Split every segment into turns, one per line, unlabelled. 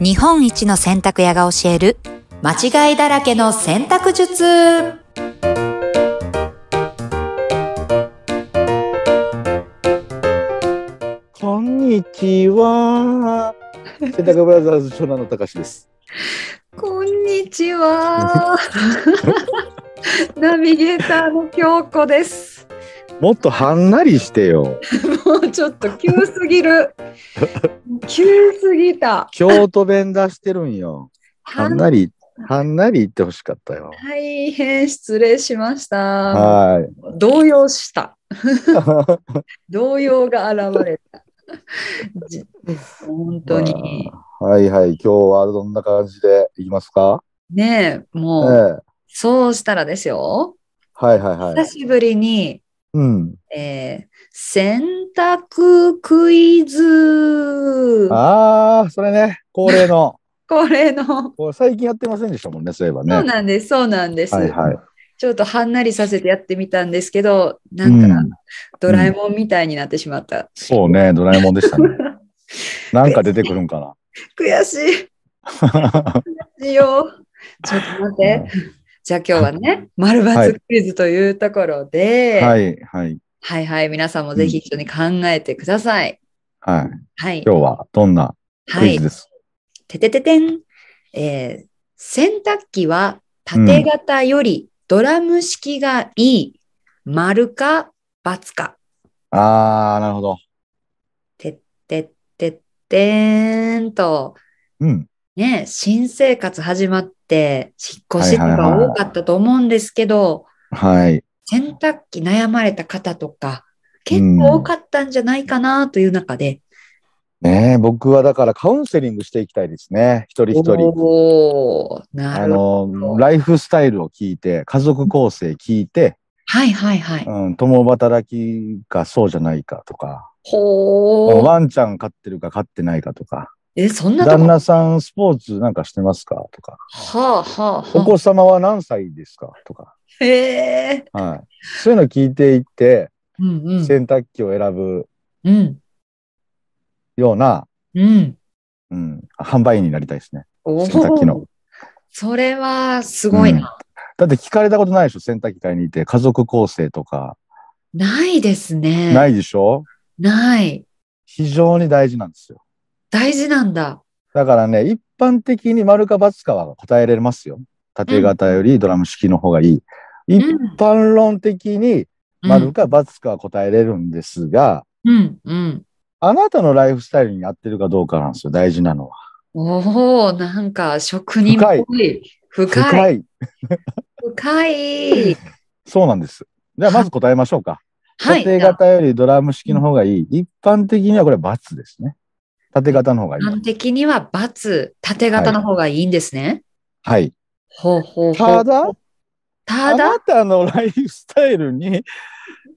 日本一の洗濯屋が教える間違いだらけの洗濯術
こんにち は。洗濯ブラザーズ長男の高橋です。
こんに ちはナビゲーターの京子です
もっとはんなりしてよ。
もうちょっと急すぎる急すぎた
京都弁出してるん よ。はんなり、
は
はんなり言ってほしかったよ。
大変失礼しました
は
動揺 した
ーい。
動揺が現れたじ本当に
はいはい、今日はどんな感じでいきますか。
ねえ
ええ
もう、そうしたらですよ
はいはいは
久
い。
しぶりに、
うん。
えー、洗濯クイズ
ああ、それね、恒例の。
これの、
こう最近やってませんでしたもんね、そういえばね。
そうなんですそうなんです、
はいはい。
ちょっとはんなりさせてやってみたんですけどな
うんん
かドラえもんみたいになってしまった、
そうね、ドラえもんでした ね。なんか出てくるんか
悔しい
な。
悔しいよちょっと待ってじゃあ今日はね丸
は
抜
い
クイズというところで、はい、
はいはい
はい皆さんもぜひ一緒に考えてください、
はい。
はい
今日はどんな
は
クイ
い
ズです。
ててててん、えー洗濯機は縦型よりドラム式がいい、丸か×か。
ああ、なるほど。
てってってってんと、
うん。
ね、新生活始まって、引っ越しと
はいはい
か
はい
多かったと思うんですけど、
はい。
洗濯機悩まれた方とか、結構多かったんじゃないかなという中で、
ねえ、僕はだからカウンセリングしていきたいですね。一人一人。
おーな
あ
るほど。
の、ライフスタイルを聞いて、家族構成聞いて、
はいはいはい。
うん、共働きかそうじゃないかとか、
ほー。
ワンちゃん飼ってるか飼ってないかとか、
え、そんなとこ
旦那さんスポーツなんかしてますかとか、
はあはあはあ。
お子様は何歳ですかとか、
へえ。
はい。そういうの聞いていって、
うんうん。
洗濯機を選ぶ
うん。
ような、
うん。
うん、販売員になりたいですね。
おー
洗濯機の。
それはすごいな。
だって聞かれたことないでしょ洗濯機買いに行って、家族構成とか。
ないですね。。
ないいでしょ
ない。
非常に大事なんですよ。
大事なんだ。
だからね、一般的に丸か×かは答えられますよ。縦型よりドラム式の方がいい。一
うん
般論的に
う
丸
ん。
か×かは答えれるんですが、
うん。うん。
あなたのライフスタイルに合ってるかどうかなんですよ、大事なのは。
おお、なんか職人っぽい。深い。
い。
深い。
そうなんです。じゃあまず答えましょうか。
はい。
縦型よりドラム式の方がいい。一般的にはこれ×ですね。縦型の方がいい
一。般的には×、縦型の方がいいんですね。
はい。
ほうほうほう。
ただ、
た
あ
だ
なたのライフスタイル に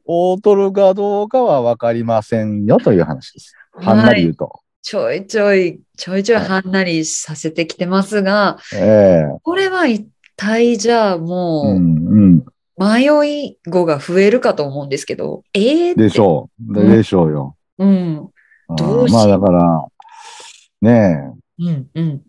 劣るかどうかは分かりませんよという話です。はんなり言うと。
ちょいちょい、ちょいちょいはんなりさせてきてますが、
え
これは一体じゃあ
え
もう、
うんうん。
迷い子が増えるかと思うんですけど、ええって。
でしょう。
うん
でしょうよ。
うん。
うん
どうし
まあだから、ね
うん、うん。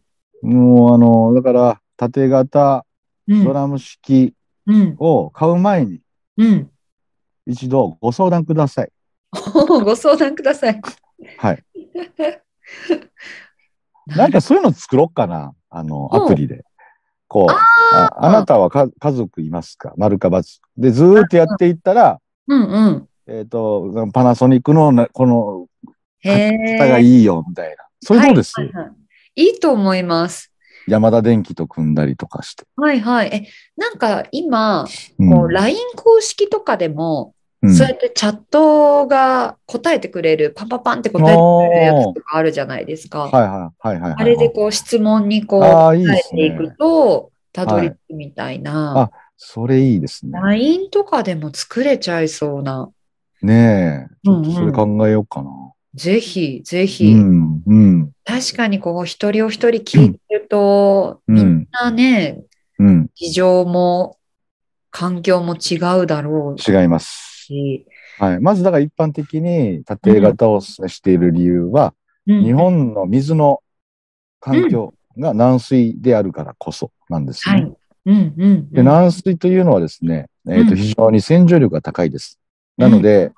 え、もうあの、だから、縦型
うん
ドラム式
うん、
を買う前に、
うん。
一度ご相談ください。
ご相談ください。
はい。
な
なん
る
かそういうの作ろうかな。あの、
うん
アプリで。こう、ああなたはか家族いますか丸か×。で、ずーっとやっていったら、
うん、うん。
えっ、と、パナソニックのなこの
へえ。
方がいいよ、みたいな。そういうことです、
はいはい。いいと思います。
ヤマダ電機と組んだりとかして。
はいはい。え、なんか今、
うん
こう LINE 公式とかでも、
うん
そうやってチャットが答えてくれる、パンパンパンって答えてくれるやつとかあるじゃないですか。
はいはいはいはいはい。
あれでこう質問にこう
あーいい
答
で
え
す
て
ね
いくと、たどり着くみたいな
あ。それいいですね。
LINE とかでも作れちゃいそうな。
ねえ。ちょっと
うん
そ
うん
れ考えようかな。
ぜひ、ぜ
う
ひ。
ん、うん、
確かにこう、一人お一人聞いてると、
うん
みんなね、
うん。
事情も環境も違うだろう
違います。
し。
はい。まずだから一般的に縦型をしている理由は、
うん
日本の水の環境が軟水であるからこそなんですね。
はい。うんうんうん。
で軟水というのはですね、えー、
う
と
ん
非常に洗浄力が高いです。なので、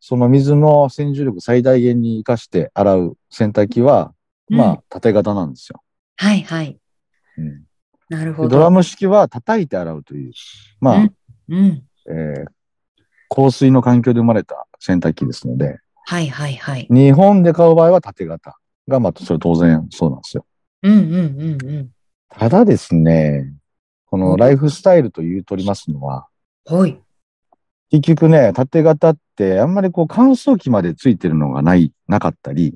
その水の洗浄力最大限に活かして洗う洗濯機は、
うん
まあ、縦型なんですよ。
はいはい。
うん
な
で
るほど。
ドラム式は叩いて洗うという、まあ、
うんうん。
えー硬水の環境で生まれた洗濯機ですので、
はいはいはい。
日本で買う場合は縦型が、まあ、それ当然そうなんですよ。
うんうんうんうん。
ただですね、このライフスタイルと言うとりますのは、
はい。
結局ね、縦型ってあんまりこう乾燥機までついてるのがない、なかったり、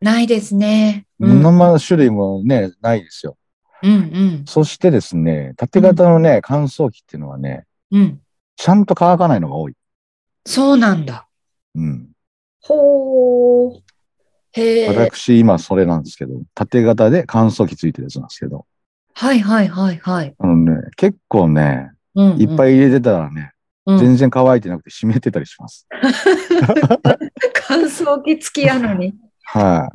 ないですね。う
い
ん
ろんな種類もね、ないですよ。
うん
そしてですね、縦型のね、乾燥機っていうのはね、
うん。うん。
ちゃんと乾かないのが多い。
そうなんだ。
うん。
ほー。へー。
私、今それなんですけど、縦型で乾燥機ついてるやつなんですけど、
はいはいはいはい。
あのね、結構ね、
うん、
いっぱ
い、
い入れてたらね、
うん
全然乾いてなくて湿ってたりします。
乾燥機付きやのに。
は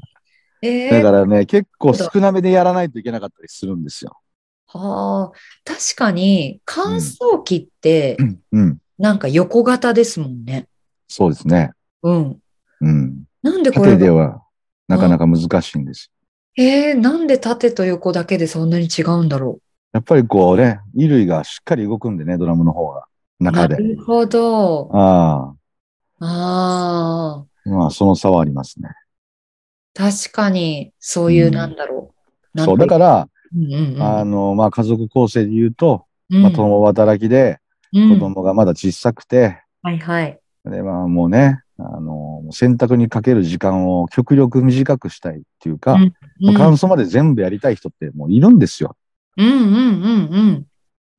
い、
えー、
だからね、結構少なめでやらないといけなかったりするんですよ。
はあ、確かに乾燥機って
うん。
なんか横型ですもんね。
そうですね。
うん。
うん。
なんでこれ
縦で
が、
はなかなか難しいんです。
えー、なんで縦と横だけでそんなに違うんだろ
やっぱりこうね、衣類がしっかり動くんでね、ドラムの方が、
う。
中
な
で。
るほど。
あ
ああ、
あ、まあその差はありますね。
確かにそういう
うん
なんだろう。、
そう、だからら、
うんうんうん、
あの、まあ家族構成で言うと、
うん
まあ共働きで、
うん
子供がまだ小さくて、
はいはい。
で、まあもうね、あの、洗濯にかける時間を極力短くしたいっていうか、
うん、
乾燥まで全部やりたい人ってもういるんですよ。
うんうんうんうん。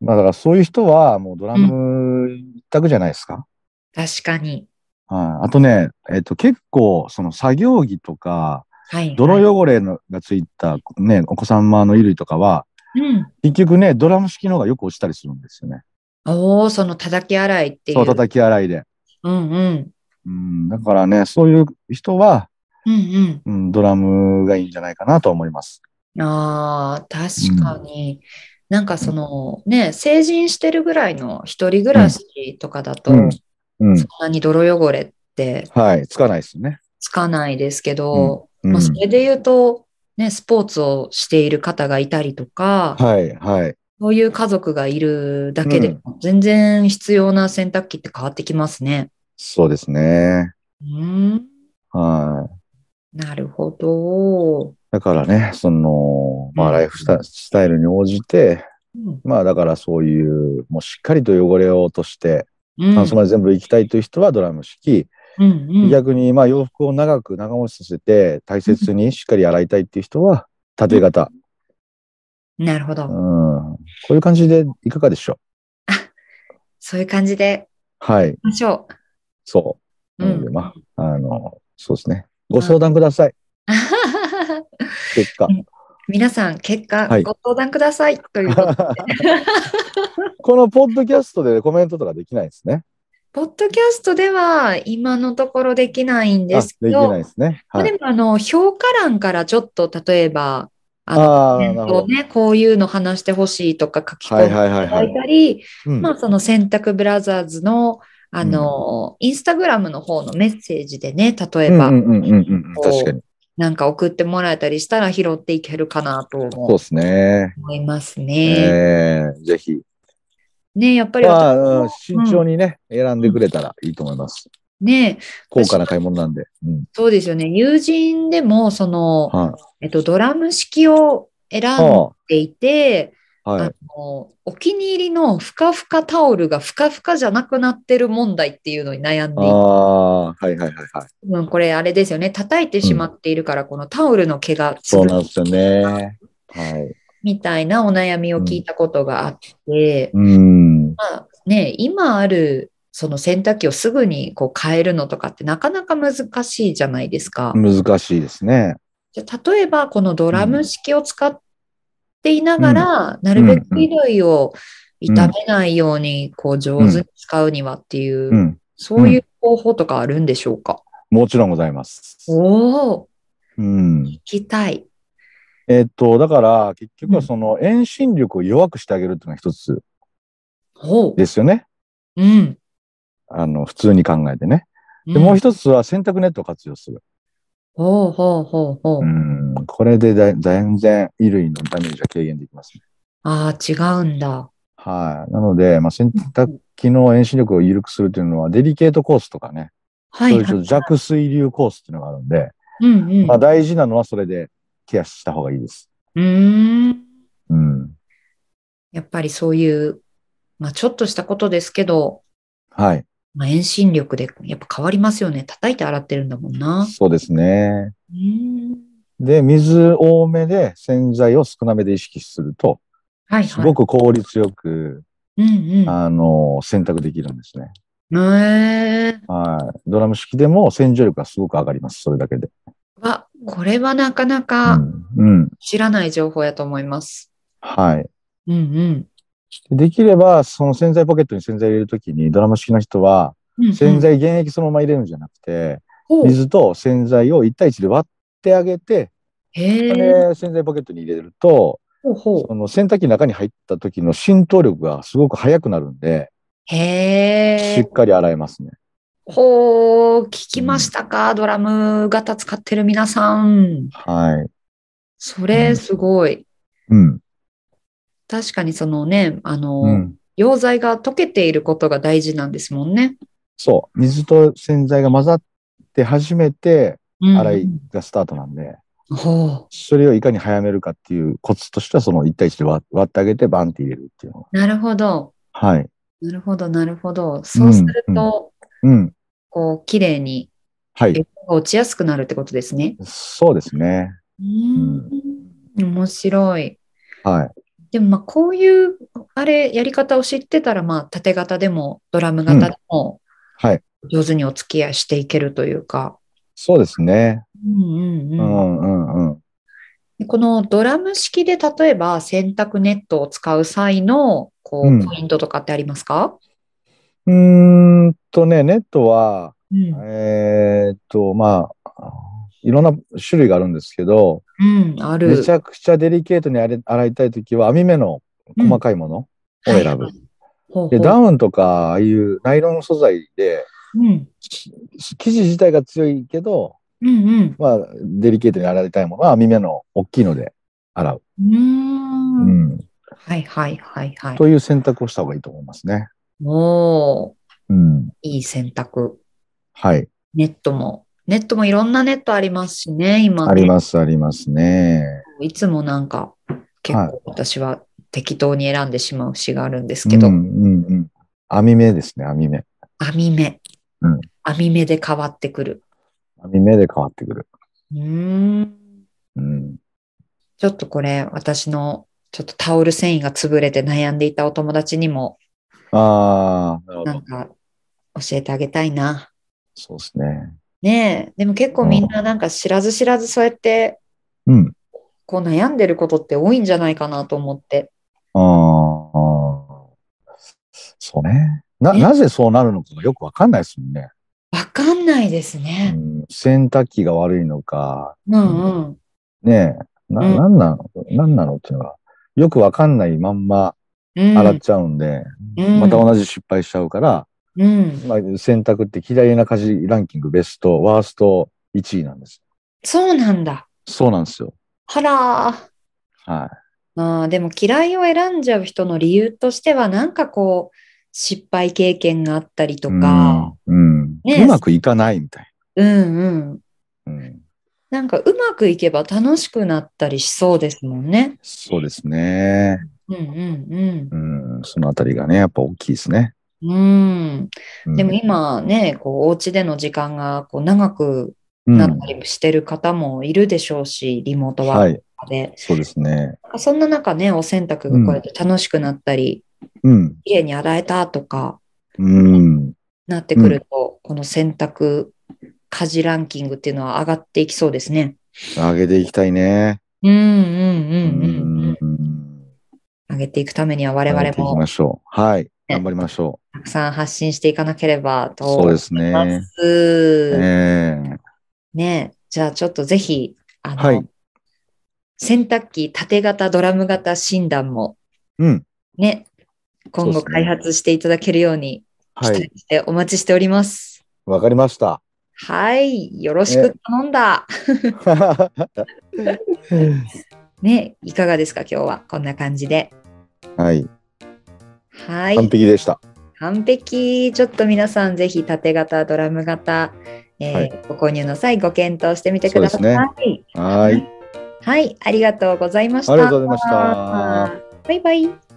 まあだからそういう人はもうドラム一択じゃないですか。
確かに。
はいあとね、えっと結構その作業着とか、
はい、はい。
泥汚れのがついたね、お子様の衣類とかは、
うん。
結局ね、ドラム式の方がよく落ちたりするんですよね。
おお、その叩き洗いっていう。
そう、叩き洗いで。
うんうん。
うん、だからね、そういう人は、
うん
うん、ドラムがいいんじゃないかなと思います。
うん。ああ、確かに。なんかそのね、成人してるぐらいの一人暮らしとかだと、
うんうん
そん。なに泥汚れって
はい、つかないですね。
つかないですけど、
うん
まあ、それで言うと、ね、スポーツをしている方がいたりとか、
はい、はい。
そういう家族がいるだけ
う
で
ん、
全然必要な洗濯機って変わってきますね。
そうですね。
うん、
はい。
なるほど。
だからね、その、ま
う
あ、
ん
ライフスタスタイルに応じて、
うん
まあ、だからそういう、もうしっかりと汚れを落として、
うん
乾燥まで全部行きたいという人はドラム式、
うんうん
逆に、まあ、洋服を長く長持ちさせて、大切にしっかり洗いたいっていう人は、縦型。
なるほ
うん。
ど。
こういう感じでいかがでしょう
そういう感じで
はい
い、きましょ
そう。
う。う
なので、
ん。
まあ、あの、そうですね。ご相談ください。結果。
皆さん、結果
はい、
ご相談ください。という ことで、
このポッドキャストでコメントとかできないですね。
ポッドキャストでは今のところできないん
あ、
で
ですき
け
ない
ど、
ですね。
ま
は
あで
い。
も、あの、評価欄からちょっと、例えば、あの、
ああ、
え
な
っ
るほ
と
ど。
ね、こういうの話してほしいとか書き
は
込ん
い
でい
はいはい
ただ
はいい。
たり、
うん
まあ、その選択ブラザーズの、あの、インスタグラムの方のメッセージでね、例えば
う、んうんうんうんうん、確かに。
なんか送ってもらえたりしたら拾っていけるかなと
そうですね。
思います
え
ね。
えぜひ。
ねやっぱり
ま
私
あ
も、
うん、慎重にね、選んでくれたらいいと思います。
ね
高価な買い物なんで。うん。
そうですよね。友人でも、その、
は
えっと、ドラム式を選んでいて、
い。はい。
あのお気に入りのふかふかタオルがふかふかじゃなくなってる問題っていうのに悩
あ
んでいて、
あ、はいはいはいはい。
多分これあれですよね。叩いてしまっているから、このタオルの毛がつ
そう
く
なんですよね。はい。
みたいなお悩みを聞いたことがあって、
うん。
まあね、今あるその洗濯機をすぐにこう変えるのとかってなかなか難しいじゃないですか。
難しいですね。
じゃあ例えばこのドラム式を使っていながら、なるべく衣類を傷めないようにこう上手に使うにはっていう、
うん。
そういう方法とかあるんでしょうか、
もちろんございます。
おお、
うん。
聞きたい。
えっと、だから、結局はその遠心力を弱くしてあげるっていうのが一つ
ほう。
ですよね。
うん。
あの、普通に考えてね。で、
ん
もう一つは選択ネットを活用する。
ほうほうほうほう。
うん。これでだ全然衣類のダメージは軽減できますね。
ああ、違うんだ。
はい。なので、まあ、洗濯機の遠心力を緩くするというのは、デリケートコースとかね、
は
そうい
い
うち
は
ょっ
い。
と弱水流コースっていうのがあるんで、
うんうん。
まあ、大事なのはそれでケアした方がいいです。
うーん。
うん。
やっぱりそういう、まあちょっとしたことですけど、
はい。
まあ、遠心力でやっぱ変わりますよね。叩いて洗ってるんだもんな。
そうですね。
うーん。
で、水多めで洗剤を少なめで意識すると、
はい
す
はい
ご。く効率よく、
うんうん。
あの、洗濯できるんですね。
へえ。
はい。ドラム式でも洗浄力がすごく上がります。それだけで。
わ、これはなかな
う
か
ん。うん。
知らない情報やと思います。
はい。
うん
できれば、その洗剤ポケットに洗剤入れるときに、ドラム式の人は、
うん。うんうん
洗。剤原液そのまま入れるんじゃなくて、
ほう
水と洗剤を1対1で割ってあげて、
へえ。
で洗剤ポケットに入れると、
ほうほう。
その洗濯機の中に入った時の浸透力がすごく速くなるんで、
へ
し
え
っ。かり洗えますね。
ほう、聞きましたか、ドラム型使ってる皆さん。
はい。
そうれ
ん
すごい。
うん。
確かにそのね、あの、
うん。
溶剤が溶けていることが大事なんですもんね。
そう。水と洗剤が混ざって初めて
うん
洗いがスタートなんで、
ほ
それをいかに早めるかっていうコツとしては、その1対1で割割ってあげてバンって入れるっていうのが。
う。なるほど。
はい。
なるほど、なるほど。そうすると、
うん。
こう、綺麗に
はい。
落ちやすくなるってことですね。
そうですね。
うーん。面白い。
はい。
でもまあこういうあれやり方を知ってたらまあ縦型でもドラム型でも
はい。
上手にお付き合いしていけるというか、
そうですね。
うんう
うん
うん
んうんうん。
このドラム式で例えば洗濯ネットを使う際のこ
うん
うポイントとかってありますか、
うーんとね、ネットは、
うん
えーっと、まあ、いろんな種類があるんですけど、
うん、ある。
めちゃくちゃデリケートに洗い洗いたいときは、網目の細かいものを
はい
選ぶ。
ほうほ
で、
う
ダウンとか、ああいうナイロン素材で、
うん
し生地自体が強いけど、
うんうん
まあ、デリケートに洗いたいものは網目の大きいので洗う。
うー。
うんん。
はいはいはいはい。
という選択をした方がいいと思いますね。
おー
うん。
いい選択。
はい。
ネットも。ネットもいろんなネットありますしね、今ね
あります、ありますね。
いつもなんか結
はい
構私は適当に選んでしまう節があるんですけど、
うんうんうん。網目ですね、網目。
網目、
うん
網目で変わってくる。
網目で変わってくる。
うーん
うん。
ちょっとこれ私のちょっとタオル繊維が潰れて悩んでいたお友達にも
ああ、なるほ
な
ど
ん。か教えてあげたいな。
そうですね。
ねえ、でも結構みんななんか知らず知らずそうやって
うん。
こう悩んでることって多いんじゃないかなと思って。
ああ、そうね。な、
ね
なぜそうなるのかがよくわかんないですもんね。
わかんないです
う
ね。
ん、洗濯機が悪いのか、
うんうん。
ねえ、な、
うん
なんなの、なんなのっていうのが、よくわかんないまんま
うん。
洗っちゃうんで、
うん
また同じ失敗しちゃうから、
うん。
まあ、洗濯って嫌いな家事ランキングベスト、ワースト1位なんです。
そうなんだ。
そうなんですよ。
あらー。
は
まあでも嫌いを選んじゃう人の理由としてはなんかこう失敗経験があったり
い。
とか、
うん、うん
ねえ
うまくいかないみたい
うんうん
な。うん。
なんかうまくいけば楽しくなったりしそうですもんね。
そうですね。
うんうん
うん。そのあたりがね、やっぱ大きいですね。
うん。うん。
うん
でも、今ね、こうお家での時間がこう長く
うん、
なったりしてる方もいるでしょうし、リモートワ
は
ー
い。
クとかで。
そうですね。
そんな中ね、お洗濯がこうやって楽しくなったり、
うん。
綺麗に洗えたとか、
うん。
なってくると、この選択家事ランキングっていうのは上がっていきそうですね。
上げていきたいね。
うんうん
う
うんうん。
ん。
上げていくためには我
上げ
々
ていきま
も
しょう。はい。頑張りましょ
たくさん発信していかなければ
う。そう
と
です
思い
ね
ま。す。
ええ
ねじゃあちょっとぜひ、あの、
はい
洗濯機、縦型、ドラム型診断も
うん。
ね、今
そうっ
後
すね
開発していただけるように期
は
待
い。
してお待ちしております。
わかりま した。
はい、よろしく頼んだ。ね、いかがですか、今日は。こんな感じで。
はい。
はい。
完璧でした。
完璧。ちょっと皆さん、ぜひ縦型、ドラム型、えー
はい
ご購入の際、ご検討してみてください。
そうですはい。
はい、ありがとうございました。
ありがとうございました
バイバイ。